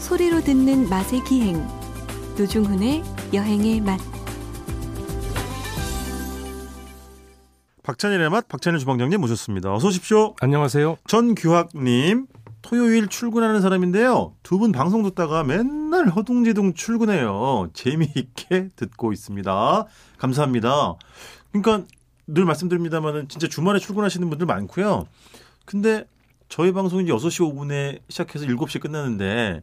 소리로 듣는 맛의 기행 노중훈의 여행의 맛 박찬일의 맛 박찬일 주방장님 모셨습니다. 어서 오십시오. 안녕하세요. 전규학님 토요일 출근하는 사람인데요. 두 분 방송 듣다가 맨날 허둥지둥 출근해요. 재미있게 듣고 있습니다. 감사합니다. 그러니까 늘 말씀드립니다만은 진짜 주말에 출근하시는 분들 많고요. 근데 저희 방송이 이제 6시 5분에 시작해서 7시에 끝나는데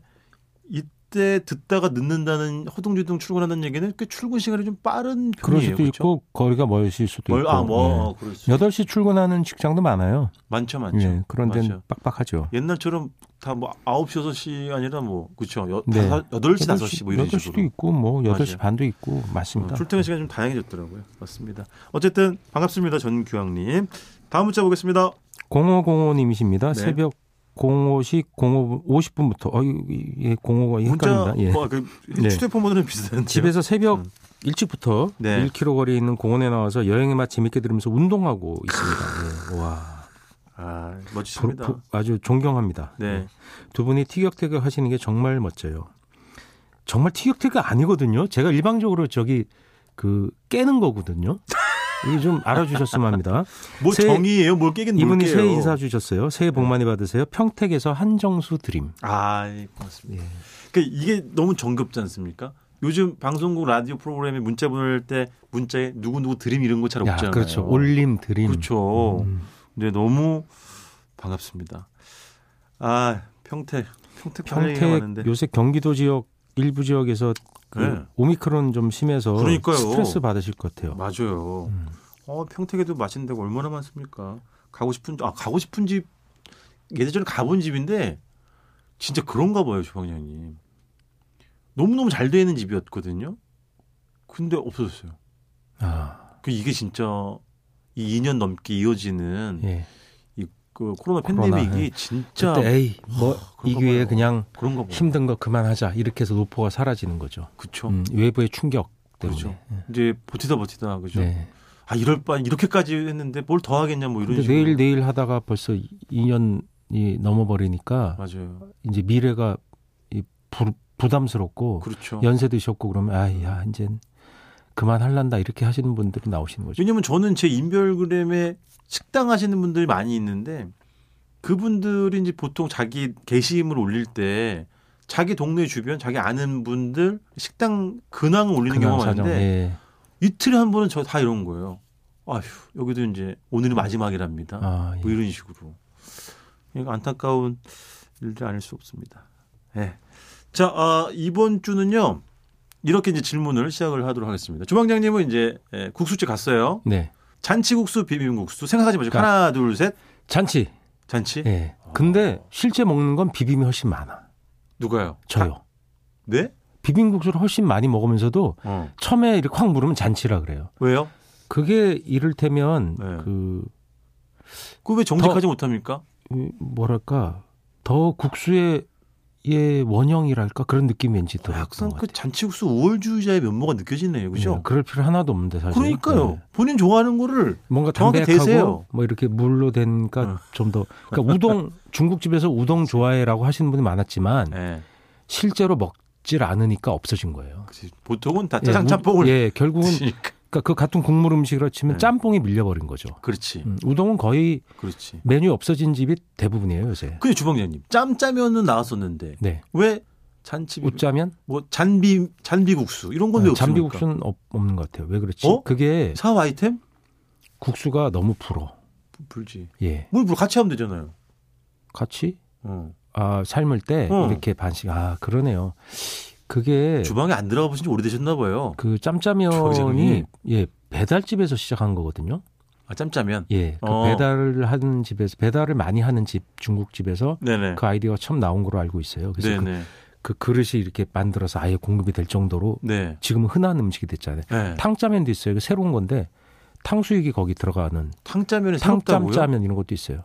이때 듣다가 늦는다는 허둥지둥 출근하는 얘기는 꽤 출근 시간이 좀 빠른 그럴 편이에요. 그렇죠? 수도 있고 거리가 멀실 수도 뭘, 있고. 아, 뭐, 그럴 수 예. 8시 출근하는 직장도 많아요. 많죠, 많죠. 예, 그런 데는 맞아요. 빡빡하죠. 옛날처럼 다 뭐 9시, 6시 아니라 뭐, 그쵸. 여, 네. 다 8시, 5시 뭐 이런 8시도 식으로. 있고 뭐 8시 맞아요. 반도 있고 맞습니다. 어, 출퇴근 시간이 좀 다양해졌더라고요. 맞습니다. 어쨌든 반갑습니다. 전규왕님. 다음 문자 보겠습니다. 0505님이십니다. 네. 새벽 05시 05 50분부터 어 이게 05가 문자, 헷갈린다. 예. 뭐, 그, 네. 휴대폰 번호는 비슷한데. 집에서 새벽 음. 일찍부터 네. 1km 거리에 있는 공원에 나와서 여행의 맛 재밌게 들으면서 운동하고 있습니다. 예. 와. 아, 부- 멋지십니다. 부- 아주 존경합니다. 네. 예. 두 분이 티격태격 하시는 게 정말 멋져요. 정말 티격태격 아니거든요. 제가 일방적으로 저기 그 깨는 거거든요. 이게 좀 알아주셨으면 합니다. 뭐 새해- 정의예요? 뭘 깨긴 이분이 뭘게요. 네. 새해 인사 주셨어요. 새해 복 많이 받으세요. 평택에서 한정수 드림. 아, 예, 고맙습니다. 그러니까 이게 너무 정겹지 않습니까? 요즘 방송국 라디오 프로그램에 문자 보낼 때 문자에 누구누구 드림 이런 거 잘 야, 없잖아요. 그렇죠. 올림 드림. 네. 그렇죠. 음. 근데 너무 반갑습니다. 아 평택 평택 평택 왔는데 평택 요새 경기도 지역 일부 지역에서 그 네. 오미크론 좀 심해서 그러니까요. 스트레스 받으실 것 같아요. 맞아요. 음. 어 평택에도 맛있는 데가 얼마나 많습니까? 가고 싶은 아 가고 싶은 집 예전에 가본 집인데 진짜 그런가 봐요 주방장님. 너무 너무 잘 되는 집이었거든요. 근데 없어졌어요. 아, 그 이게 진짜 이 2년 넘게 이어지는 예. 그 코로나 코로나, 예. 팬데믹이 진짜 그때 에이 와, 뭐 이 아, 그런가 기회에 봐요. 네. 그냥 그런가 봐요. 힘든 거 그만하자 이렇게 해서 노포가 사라지는 거죠. 그쵸. 음, 외부의 충격 때문에. 예. 그렇죠. 이제 버티다 버티다 그죠. 네. 아 이럴 바 이렇게까지 했는데 뭘 더 하겠냐 뭐 이런 근데 식으로. 내일 내일 하다가 벌써 2년이 넘어버리니까 맞아요. 이제 미래가 이 부, 부담스럽고 그렇죠. 연세 드셨고 그러면 아야 이제 그만 할란다 이렇게 하시는 분들이 나오시는 거죠. 왜냐면 저는 제 인별그램에 식당 하시는 분들이 많이 있는데 그분들이 이제 보통 자기 게시물 올릴 때 자기 동네 주변 자기 아는 분들 식당 근황을 올리는 근황 경우가 사정. 많은데 예. 이틀에 한 번은 저 다 이런 거예요. 아휴 여기도 이제 오늘이 마지막이랍니다. 아, 예. 뭐 이런 식으로 이거 안타까운 일들 아닐 수 없습니다. 예. 자 아, 이번 주는요 이렇게 이제 질문을 시작을 하도록 하겠습니다. 주방장님은 이제 예, 국수집 갔어요. 네. 잔치국수, 비빔국수 생각하지 마시고 하나 둘 셋 잔치. 잔치 예. 근데 실제 먹는 건 비빔이 훨씬 많아. 누가요? 저요. 네? 비빔국수를 훨씬 많이 먹으면서도 어. 처음에 이렇게 확 물으면 잔치라 그래요. 왜요? 그게 이를테면 네. 그 그왜 정직하지 못합니까? 이, 뭐랄까 더 국수의 예, 원형이랄까 그런 느낌이 왠지 더 약간 있는 것 그 같아요. 잔치국수 우월주의자의 면모가 느껴지네요, 네, 그죠? 그럴 필요 하나도 없는데 사실. 그러니까요. 네. 본인 좋아하는 거를 뭔가 정확히 대세요. 담백하고 뭐 이렇게 물로 된가 어. 좀 더 그러니까 우동 중국집에서 우동 좋아해라고 하시는 분이 많았지만 예. 실제로 먹질 않으니까 없어진 거예요. 그치. 보통은 다 예, 아, 짜장 우- 짬뽕을 예, 결국은 드시니까. 그러니까 그 같은 국물 음식이라 치면 네. 짬뽕이 밀려버린 거죠. 그렇지, 음, 우동은 거의 그렇지. 메뉴 없어진 집이 대부분이에요 요새. 근데 주방장님 짬짜면은 나왔었는데 네. 왜 잔치 비빔- 웃자면 뭐 잔비 잔비국수 이런 건 왜 어, 없습니까? 잠비국수는 네. 없, 없는 것 같아요. 왜 그렇지? 어? 그게 사업 아이템 국수가 너무 불어. 불- 불지. 예. 뭘 불- 같이 하면 되잖아요. 같이 어. 아, 삶을 때 어. 이렇게 반씩 아, 그러네요. 그게 주방에 안 들어가 보신 지 오래되셨나 봐요. 네. 그 주방장님. 짬짜면이 예, 배달집에서 시작한 거거든요. 아 짬짜면. 예. 그 어. 배달을 하는 집에서 배달을 많이 하는 집 중국집에서 네네. 그 아이디어가 처음 나온 걸로 알고 있어요. 그래서 그, 네네. 그 그릇이 이렇게 만들어서 아예 공급이 될 정도로 네. 지금은 흔한 음식이 됐잖아요. 네. 탕짜면도 있어요. 이거 새로운 건데 탕수육이 거기 들어가는 탕짜면에 새롭다고요? 탕짬짜면 이런 것도 있어요.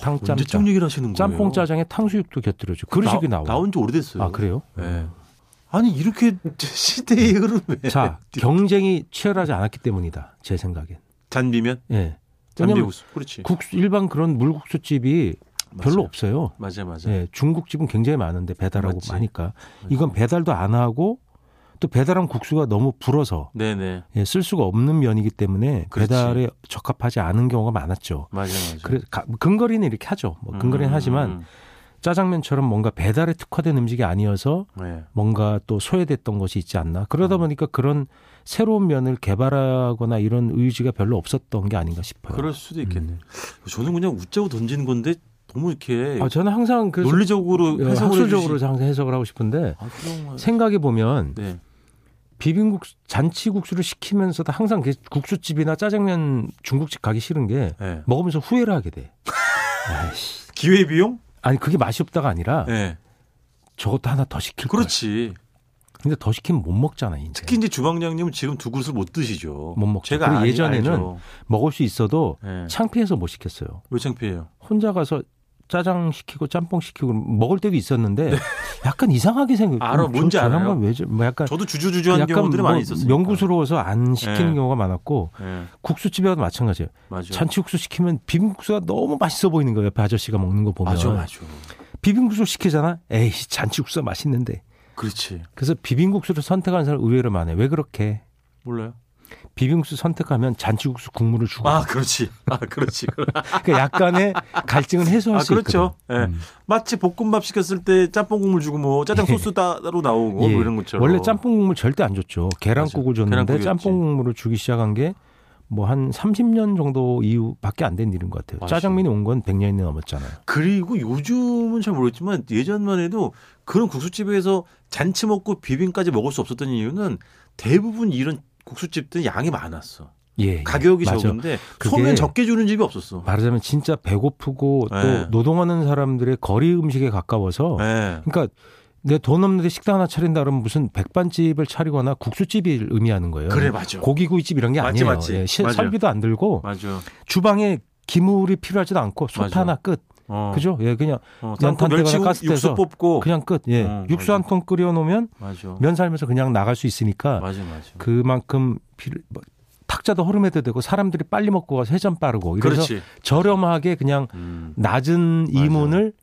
탕짬짜. 언제쯤 얘기를 하시는 거예요? 짬뽕 짜장에 탕수육도 곁들여줘. 그릇이 나, 나와. 나온 지 오래됐어요. 아 그래요? 예. 아니 이렇게 시대의 흐름에 네, 자 경쟁이 치열하지 않았기 때문이다. 제 생각엔. 잔비면 예. 왜냐면 잔비국수 그렇지. 국수 일반 그런 물국수집이 맞아요. 별로 없어요. 맞아 맞아. 예, 중국집은 굉장히 많은데 배달하고 맞지. 하니까 이건 배달도 안 하고 또 배달한 국수가 너무 불어서 네네. 예, 쓸 수가 없는 면이기 때문에 그렇지. 배달에 적합하지 않은 경우가 많았죠. 맞아 맞아. 그래 가- 근거리는 이렇게 하죠. 뭐 근거리는 음, 하지만 음, 짜장면처럼 뭔가 배달에 특화된 음식이 아니어서 네. 뭔가 또 소외됐던 것이 있지 않나. 그러다 음. 보니까 그런 새로운 면을 개발하거나 이런 의지가 별로 없었던 게 아닌가 싶어요. 그럴 수도 있겠네. 요 음. 저는 그냥 웃자고 던진 건데 너무 이렇게 아, 저는 항상 그 논리적으로 어, 해석을 학술적으로 해주시... 항상 해석을 하고 싶은데 아, 그런 거- 생각해 보면 네. 비빔국 잔치국수를 시키면서도 항상 그 국수집이나 짜장면 중국집 가기 싫은 게 네. 먹으면서 후회를 하게 돼. 아이씨. 기회 비용? 아니 그게 맛이 없다가 아니라 네. 저것도 하나 더 시킬 거야. 그렇지. 근데 더 시키면 못 먹잖아 이제. 특히 이제 주방장님은 지금 두 그릇을 네. 못 드시죠. 못 먹죠. 제가 그리고 알- 예전에는 알죠. 먹을 수 있어도 네. 창피해서 못 시켰어요. 왜 창피해요? 혼자 가서 짜장 시키고 짬뽕 시키고 먹을 때도 있었는데 약간 이상하게 생각. 네. 알아, 뭔지 저 사람은 알아요. 왜지? 뭐 약간 뭐 저도 주주주주한 경우들이 많이 있었어요. 명구스러워서 안 시키는 네. 경우가 많았고 국수집에도 마찬가지예요. 맞아. 잔치국수 시키면 비빔국수가 너무 맛있어 보이는 거예요. 옆에 아저씨가 먹는 거 보면. 맞아, 맞아. 비빔국수 시키잖아. 에이, 잔치국수가 맛있는데. 그렇지. 그래서 비빔국수를 선택하는 사람 의외로 많아요. 왜 그렇게? 몰라요? 비빔국수 선택하면 잔치국수 국물을 주고. 아, 그렇지. 아, 그렇지. 그러니까 약간의 갈증을 해소할 아, 수 그렇죠. 예. 있거든. 음. 마치 볶음밥 시켰을 때 짬뽕 국물 주고 뭐 짜장 소스 따로 나오고 예. 뭐 이런 것처럼. 원래 짬뽕 국물 절대 안 줬죠. 계란국을 맞아. 줬는데 계란국이었지. 짬뽕 국물을 주기 시작한 게 뭐 한 30년 정도 이후밖에 안 된 일인 것 같아요. 맞아요. 짜장면이 온 건 100년이 넘었잖아요. 그리고 요즘은 잘 모르겠지만 예전만 해도 그런 국수집에서 잔치 먹고 비빔까지 먹을 수 없었던 이유는 대부분 이런 국수집들은 양이 많았어. 예. 예. 가격이 맞아. 적은데 그게- 소면 적게 주는 집이 없었어. 말하자면 진짜 배고프고 네. 또 노동하는 사람들의 거리 음식에 가까워서 예. 그러니까 내 돈 없는데 식당 하나 차린다 그러면 무슨 백반집을 차리거나 국수집이 의미하는 거예요. 그래 맞아. 음. 고기구이집 이런 게 맞지, 아니에요. 맞지. 예, 시- 맞아요. 설비도 안 들고 맞아. 주방에 기물이 필요하지도 않고 솥 맞아. 하나 끝. 어. 그죠? 예, 그냥 어, 연탄 멸치 때거나 가스 육수 때서 뽑고 그냥 끝. 예. 어, 육수 맞아. 한 통 끓여 놓으면 맞아. 면 삶아서 그냥 나갈 수 있으니까 맞아 맞아. 그만큼 필요- 뭐, 탁자도 허름해도 되고 사람들이 빨리 먹고 가서 회전 빠르고 이래서 그렇지. 저렴하게 그냥 음. 낮은 이문을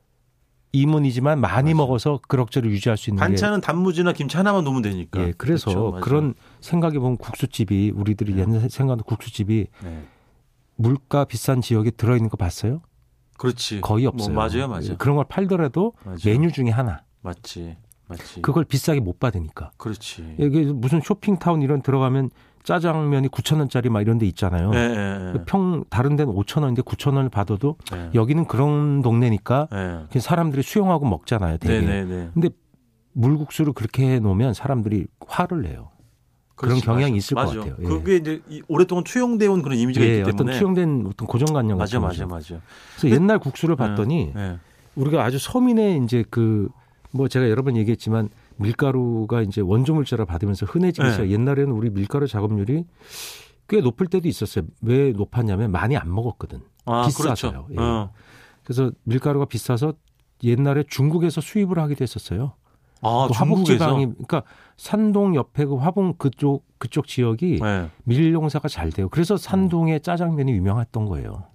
이문이지만 많이 맞아요. 먹어서 그럭저럭 유지할 수 있는 반찬은 단무지나 김치 하나만 넣으면 되니까. 게 예, 그래서 그렇죠, 맞아. 그런 생각해 보면 국수집이 우리들이 네. 옛날 생각하는 국수집이 네. 물가 비싼 지역에 들어 있는 거 봤어요? 그렇지. 거의 없어요. 뭐, 맞아요, 맞아요. 예, 그런 걸 팔더라도 맞아요. 예. 메뉴 중에 하나. 맞지, 맞지. 그걸 예. 비싸게 못 받으니까. 그렇지. 이게 무슨 쇼핑타운 이런 들어가면 짜장면이 9,000원짜리 막 이런 데 있잖아요. 그 예, 예, 예. 평 다른 데는 5,000원인데 9,000원을 받아도 예. 여기는 그런 동네니까 예. 그냥 사람들이 수용하고 먹잖아요. 되게. 네네네. 근데 물국수를 그렇게 해 놓으면 사람들이 화를 내요. 그런 그렇지, 경향이 맞아. 있을 것 맞아. 같아요. 예. 그게 이제 이- 오랫동안 투영되어 온 그런 이미지가 예, 있기 어떤 때문에. 투영된 어떤 고정관념 맞아, 같은 맞아, 거죠. 맞아. 그래서 옛날 국수를 봤더니 예. 우리가 아주 서민의 이제 그 뭐 제가 여러 번 얘기했지만 밀가루가 이제 원조물자를 받으면서 흔해지기 네. 시작. 옛날에는 우리 밀가루 작업률이 꽤 높을 때도 있었어요. 왜 높았냐면 많이 안 먹었거든. 아, 비싸서요. 그렇죠. 예. 어. 그래서 밀가루가 비싸서 옛날에 중국에서 수입을 하기도 했었어요. 아, 그 중국에서. 화북지방이 그러니까 산동 옆에 그 화북 그쪽 그쪽 지역이 예. 밀농사가 잘 돼요. 음. 그래서 산동의 짜장면이 유명했던 거예요.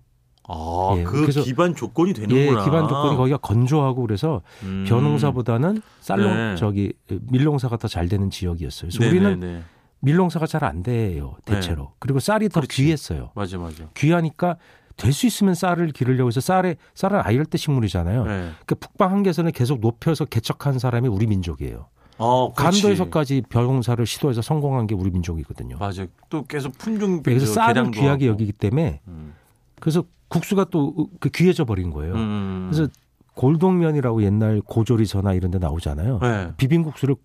아, 예, 그 그래서- 기반 조건이 예, 되는구나. 기반 조건이 거기가 건조하고 그래서 음. 벼농사보다는 쌀농 네. 저기 밀농사가 더 잘 되는 지역이었어요. 그래서 우리는 네네네. 네. 밀농사가 잘 안 돼요 대체로. 그리고 쌀이 더 그렇지. 귀했어요. 맞아, 맞아. 귀하니까 될 수 있으면 쌀을 기르려고 해서 쌀에 쌀은 아이열대 식물이잖아요. 예. 그러니까 북방 한계선을 계속 높여서 개척한 사람이 우리 민족이에요. 아, 그렇지. 간도에서까지 벼농사를 시도해서 성공한 게 우리 민족이거든요. 맞아. 또 계속 품종 네, 그래서 저 쌀을 계량도 귀하게 하고. 여기기 때문에 음. 그래서 국수가 또 그 귀해져 버린 거예요. 음. 그래서 골동면이라고 옛날 고조리서나 이런 데 나오잖아요. 예. 비빔국수를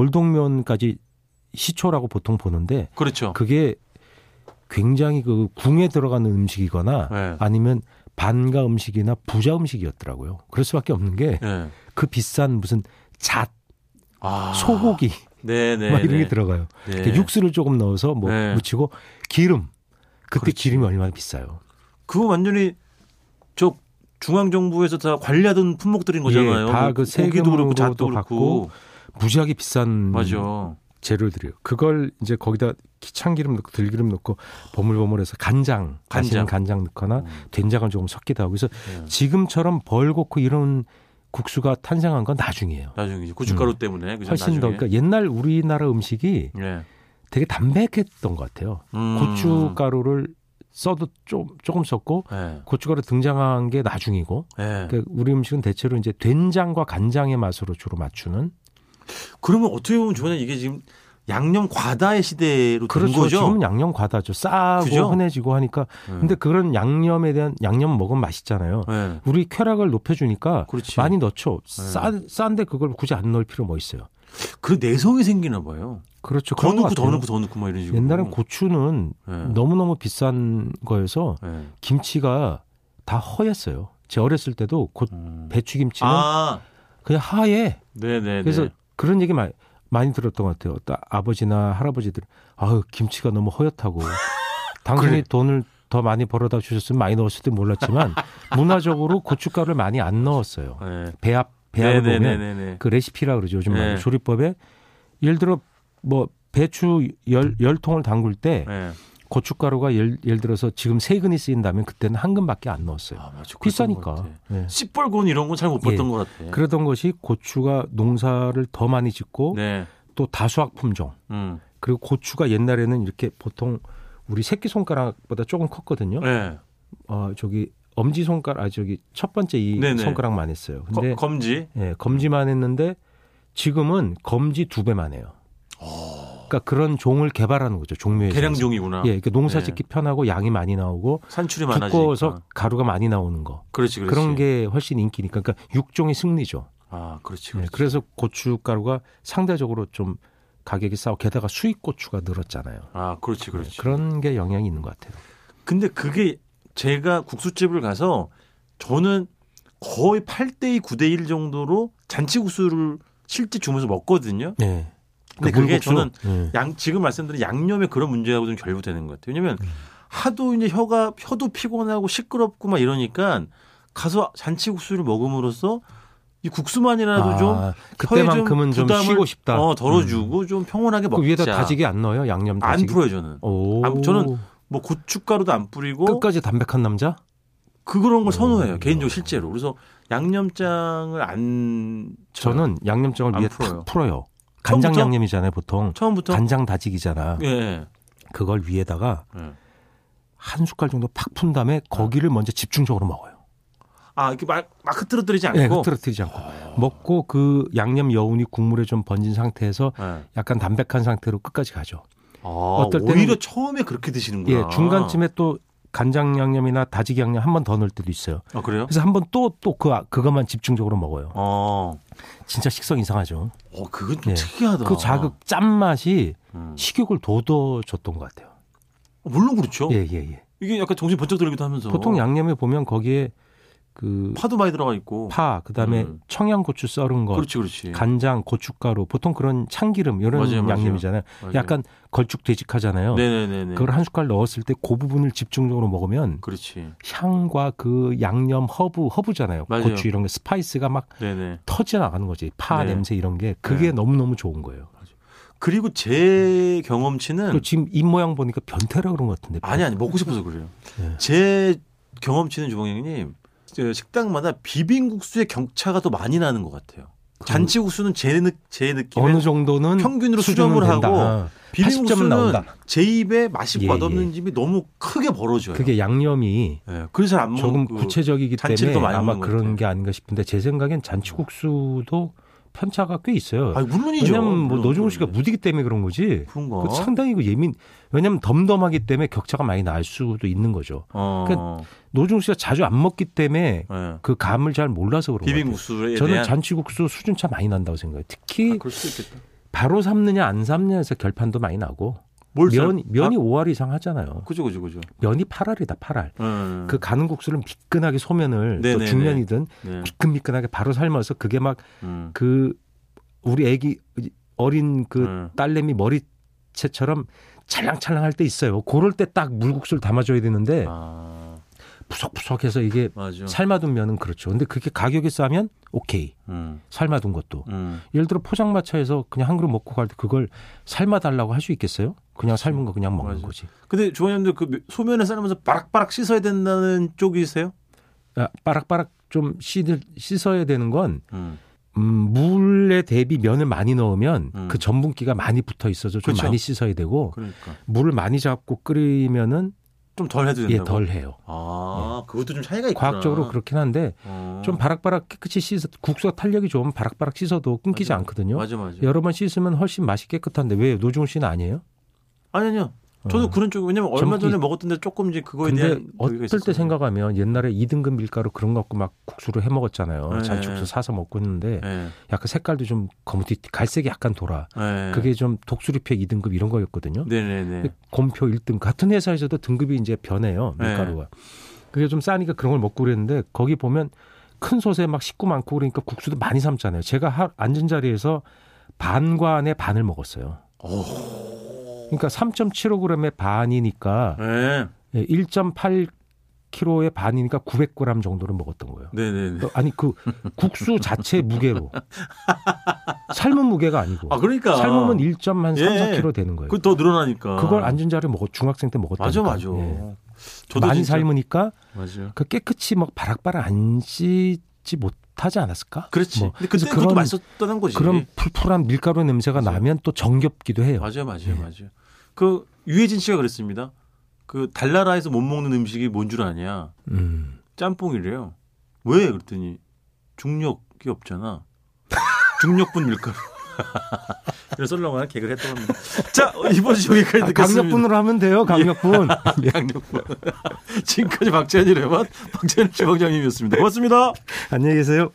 골동면까지 시초라고 보통 보는데 그렇죠. 그게 굉장히 그 궁에 들어가는 음식이거나 네. 아니면 반가 음식이나 부자 음식이었더라고요. 그럴 수밖에 없는 게 그 예. 비싼 무슨 잣, 아. 소고기 네네. 막 이런 게 들어가요. 네. 그러니까 육수를 조금 넣어서 뭐 네. 그렇죠. 묻히고 기름. 그때 그렇지. 기름이 얼마나 비싸요. 그거 완전히 저 중앙 정부에서 다 관리하던 품목들인 거잖아요. 뭐 예, 다그 고기도 세금으로도 그렇고 잣도 받고. 음. 그렇고. 무지하게 비싼 맞아. 재료를 드려요. 그걸 이제 거기다 기- 참기름 넣고 들기름 넣고 버물버물해서 간장, 간장. 간장, 간장 넣거나 된장을 조금 섞기도 하고 그래서 네. 지금처럼 벌겋고 이런 국수가 탄생한 건 나중이에요. 나중에 이제 고춧가루 때문에 그죠? 음. 훨씬 더 나중에. 그러니까 옛날 우리나라 음식이 예. 되게 담백했던 것 같아요. 음. 고춧가루를 써도 좀 조금 썼고 예. 고춧가루 등장한 게 나중이고 예. 그러니까 우리 음식은 대체로 이제 된장과 간장의 맛으로 주로 맞추는 그러면 어떻게 보면 조원님 이게 지금 양념 과다의 시대로 된 그렇죠. 거죠? 지금은 양념 과다죠. 싸고 그죠? 네. 흔해지고 하니까 근데 그런 양념에 대한 양념 먹으면 맛있잖아요. 예. 예. 우리 쾌락을 높여주니까 그렇지. 많이 넣죠. 네. 싸, 싼데 그걸 굳이 안 넣을 필요 뭐 있어요. 그 내성이 생기나 봐요. 그렇죠. 더 그런 것 넣고 더 같아요. 넣고 더 넣고 막 이런 식으로. 옛날엔 고추는 예. 너무너무 비싼 거여서 예. 김치가 다 허였어요. 제 어렸을 때도 고, 음. 배추김치는 아, 그냥 하얘. 네네. 그래서 그런 얘기 많이, 많이 들었던 것 같아요. 따- 아버지나 할아버지들 아유 김치가 너무 허옇다고. 당신이 그래. 돈을 더 많이 벌어다 주셨으면 많이 넣었을 때 몰랐지만 문화적으로 고춧가루를 많이 안 넣었어요. 네. 배합 배합을 보면 네네네네. 그 레시피라 그러죠. 요즘 네. 말로 조리법에 예를 들어 뭐 배추 열, 열 통을 담글 때 네. 고춧가루가 예를, 예를 들어서 지금 세근이 쓰인다면 그때는 한 근밖에 안 넣었어요. 아, 맞아. 비싸니까. 네. 씨뻘곤 예. 이런 건 잘 못 봤던 것 같아. 예. 그러던 것이 고추가 농사를 더 많이 짓고 네. 또 다수학 품종 음. 그리고 고추가 옛날에는 이렇게 보통 우리 새끼 손가락보다 조금 컸거든요. 네. 어 저기 엄지 손가락 아 저기 첫 번째 이 네네. 손가락만 했어요. 거- 근데 검지. 예, 검지만 했는데 지금은 검지 두 배만 해요. 그러니까 그런 종을 개발하는 거죠. 종묘에서. 계량종이구나. 예, 그러니까 농사 네. 짓기 편하고 양이 많이 나오고 산출이 많아지니까. 두꺼워서 가루가 많이 나오는 거. 그렇지, 그렇지. 그런게 훨씬 인기니까 그러니까 육종의 승리죠. 아, 그렇지, 예, 그렇지. 그래서 고춧가루가 상대적으로 좀 가격이 싸고 게다가 수입 고추가 늘었잖아요. 예, 아, 그렇지, 그렇지. 그런 게 영향이 있는 것 같아요. 근데 그게 제가 국수집을 가서 저는 거의 8대2, 9대1 정도로 잔치국수를 실제 주면서 먹거든요. 네. 근데 그게 저는 예. 양, 지금 말씀드린 양념의 그런 문제하고 좀 결부되는 것 같아요. 왜냐면 하도 이제 혀가, 혀도 피곤하고 시끄럽고 막 이러니까 가서 잔치국수를 먹음으로써 이 국수만이라도 아, 좀 그때만큼은 좀 부담을, 쉬고 싶다. 어, 덜어주고 좀 평온하게 그 먹자. 위에다 다지게 안 넣어요? 양념 다지기? 안 풀어요, 저는. 오. 아, 저는 뭐 고춧가루도 안 뿌리고 끝까지 담백한 남자? 그 그런 걸 선호해요 음. 개인적으로 실제로 그래서 양념장을 안 쳐요. 저는 양념장을 안 위에 풀어요. 탁 풀어요. 간장 처음부터? 양념이잖아요, 보통. 처음부터 간장 다지기잖아. 예, 예, 그걸 위에다가 예. 한 숟갈 정도 팍 푼 다음에 거기를 먼저 집중적으로 먹어요. 아 이렇게 막, 막 흐트러뜨리지 예, 않고 아. 흐트러뜨리지 않고. 먹고 그 양념 여운이 국물에 좀 번진 상태에서 예. 약간 담백한 상태로 끝까지 가죠. 아, 어떨 때는- 오히려 처음에 그렇게 드시는구나 예, 중간쯤에 또 간장 양념이나 다지기 양념 한 번 더 넣을 때도 있어요. 아 그래요 그래서 한 번 또 또 그 그것만 집중적으로 먹어요. 어, 진짜 식성 이상하죠. 어 그건 좀 예. 특이하다 그 자극 짠맛이 음. 식욕을 돋워줬던 것 같아요. 물론 그렇죠 예, 예, 예. 이게 약간 정신 번쩍 들기도 하면서 보통 양념에 보면 거기에 그 파도 많이 들어가 있고 파, 그다음에 음. 청양고추 썰은 거, 그렇지 그렇지 간장, 고춧가루, 보통 그런 참기름 이런 맞아요, 맞아요. 양념이잖아요. 맞아요. 약간 걸쭉되직하잖아요. 네네네네 그걸 한 숟갈 넣었을 때 그 부분을 집중적으로 먹으면 그렇지 향과 그 양념 허브 허브잖아요. 맞아요. 고추 이런 게 스파이스가 막 네네 터져 나가는 거지. 파 네. 냄새 이런 게 그게 네. 너무너무 좋은 거예요. 그리고 제 경험치는 그리고 지금 입 모양 보니까 변태라 그런 것 같은데. 음. 아니 아니 먹고 싶어서 그래요. 네. 제 경험치는 주방장님 저 식당마다 비빔국수의 격차가 더 많이 나는 것 같아요. 잔치국수는 제, 느, 제 느낌에 어느 정도는 평균으로 수준은 수정을 하고 된다. 아, 비빔국수는 80점은 나온다. 제 입에 맛이 예, 맛없는 집이 너무 크게 벌어져요. 그게 양념이 예, 그래서 잘 안 먹는 조금 네. 그- 구체적이기 잔치를 때문에 더 많이 아마 먹는 것 그런 같아요. 게 아닌가 싶은데 제 생각엔 잔치국수도 편차가 꽤 있어요. 아니, 물론이죠. 어? 왜냐하면 뭐 물론, 노종훈 씨가 물론. 무디기 때문에 그런 거지. 그런가? 그 상당히 그 예민. 왜냐하면 덤덤하기 때문에 격차가 많이 날 수도 있는 거죠. 어, 노종훈 씨가 자주 안 먹기 때문에 예. 그 감을 잘 몰라서 그런 거예요. 비빔국수에 저는 대한 잔치국수 수준차 많이 난다고 생각해요. 아, 특히 그럴 수도 있겠다. 바로 삶느냐 안 삶느냐에서 결판도 많이 나고 뭘 면, 잘- 면이 5알 이상 하잖아요. 아, 그죠 그죠 그죠. 면이 8알이다 8알. 예. 그 가는 국수를 미끈하게 소면을 네네네. 또 중면이든 네. 미끈미끈하게 바로 삶아서 그게 음. 막 그 우리 애기 어린 그 음. 딸내미 머리채처럼 찰랑찰랑할 때 있어요. 그럴 때 딱 물국수를 담아줘야 되는데 아, 음. 푸석푸석해서 이게 맞아. 삶아둔 면은 그렇죠. 근데 그게 가격이 싸면 오케이. 음. 삶아둔 것도. 음. 예를 들어 포장마차에서 그냥 한 그릇 먹고 갈 때 그걸 삶아달라고 할 수 있겠어요? 그냥 삶은 거 그냥 먹는 맞아요. 거지. 근데 주원님도 그 소면에 삶으면서 바락바락 씻어야 된다는 쪽이세요? 아, 빠락빠락 좀 씻을, 씻어야 되는 건 음. 음, 물에 대비 면을 많이 넣으면 음. 그 전분기가 많이 붙어 있어서 좀 그렇죠. 많이 씻어야 되고 그러니까 물을 많이 잡고 끓이면은 좀 덜 해도 예, 된다고. 덜 해요. 아, 그것도 좀 차이가 있구나. 과학적으로 그렇긴 한데 어. 좀 바락바락 깨끗이 씻어 국수가 탄력이 좋으면 바락바락 씻어도 끊기지 맞아요. 않거든요. 맞아 맞아. 여러 번 씻으면 훨씬 맛이 깨끗한데 왜 노중훈 씨는 아니에요? 아니 아니요. 저도 어. 그런 쪽 왜냐면 얼마 전기- 전에 먹었던데 조금 이제 그거에 근데 대한 어떨 때 생각하면 옛날에 2등급 밀가루 그런 거 갖고 막 국수를 해 먹었잖아요. 네. 잔치국수 사서 먹고 했는데 예. 약간 색깔도 좀 검은띠 갈색이 약간 돌아. 예. 그게 그 좀 독수리표 2등급 이런 거였거든요. 네네네. 근데 곰표 1등 같은 회사에서도 등급이 이제 변해요. 네. 밀가루가. 그게 좀 싸니까 그런 걸 먹고 그랬는데 거기 보면 큰 솥에 막 식구 많고 그러니까 국수도 많이 삶잖아요. 제가 하- 앉은 자리에서 반관의 반을 먹었어요. 오. 그러니까 3.75g의 반이니까 예. 1.8kg의 반이니까 900g 정도를 먹었던 거예요. 네네네. 아니 그 국수 자체 무게로 삶은 무게가 아니고 아 그러니까 삶으면 1.3, 예, 4kg 되는 거예요. 그더 늘어나니까. 그걸 앉은 자리 먹었 중학생 때 먹었다. 아. 맞아 맞아. 저도 많이 진짜- 삶으니까 맞아요. 그 깨끗이 막 바락바락 안 씻지 못하지 않았을까? 그렇지. 뭐, 근데 그래서 그때 그것도 그런- 맛있었다는 거지. 그런 풀풀한 밀가루 냄새가 맞아요. 나면 또 정겹기도 해요. 맞아요, 맞아요, 예. 맞아요. 그 유해진 씨가 그랬습니다. 그 달나라에서 못 먹는 음식이 뭔 줄 아냐? 음. 짬뽕이래요. 왜? 그랬더니 중력이 없잖아. 중력분 밀가루. 이런 썰렁한 개그를 했던 겁니다. 자, 이번 주 여기까지 아, 듣겠습니다. 강력분으로 하면 돼요. 강력분. 예. 강력분. 지금까지 박재현이 레맛 박재현 주방장님이었습니다. 고맙습니다. 안녕히 계세요.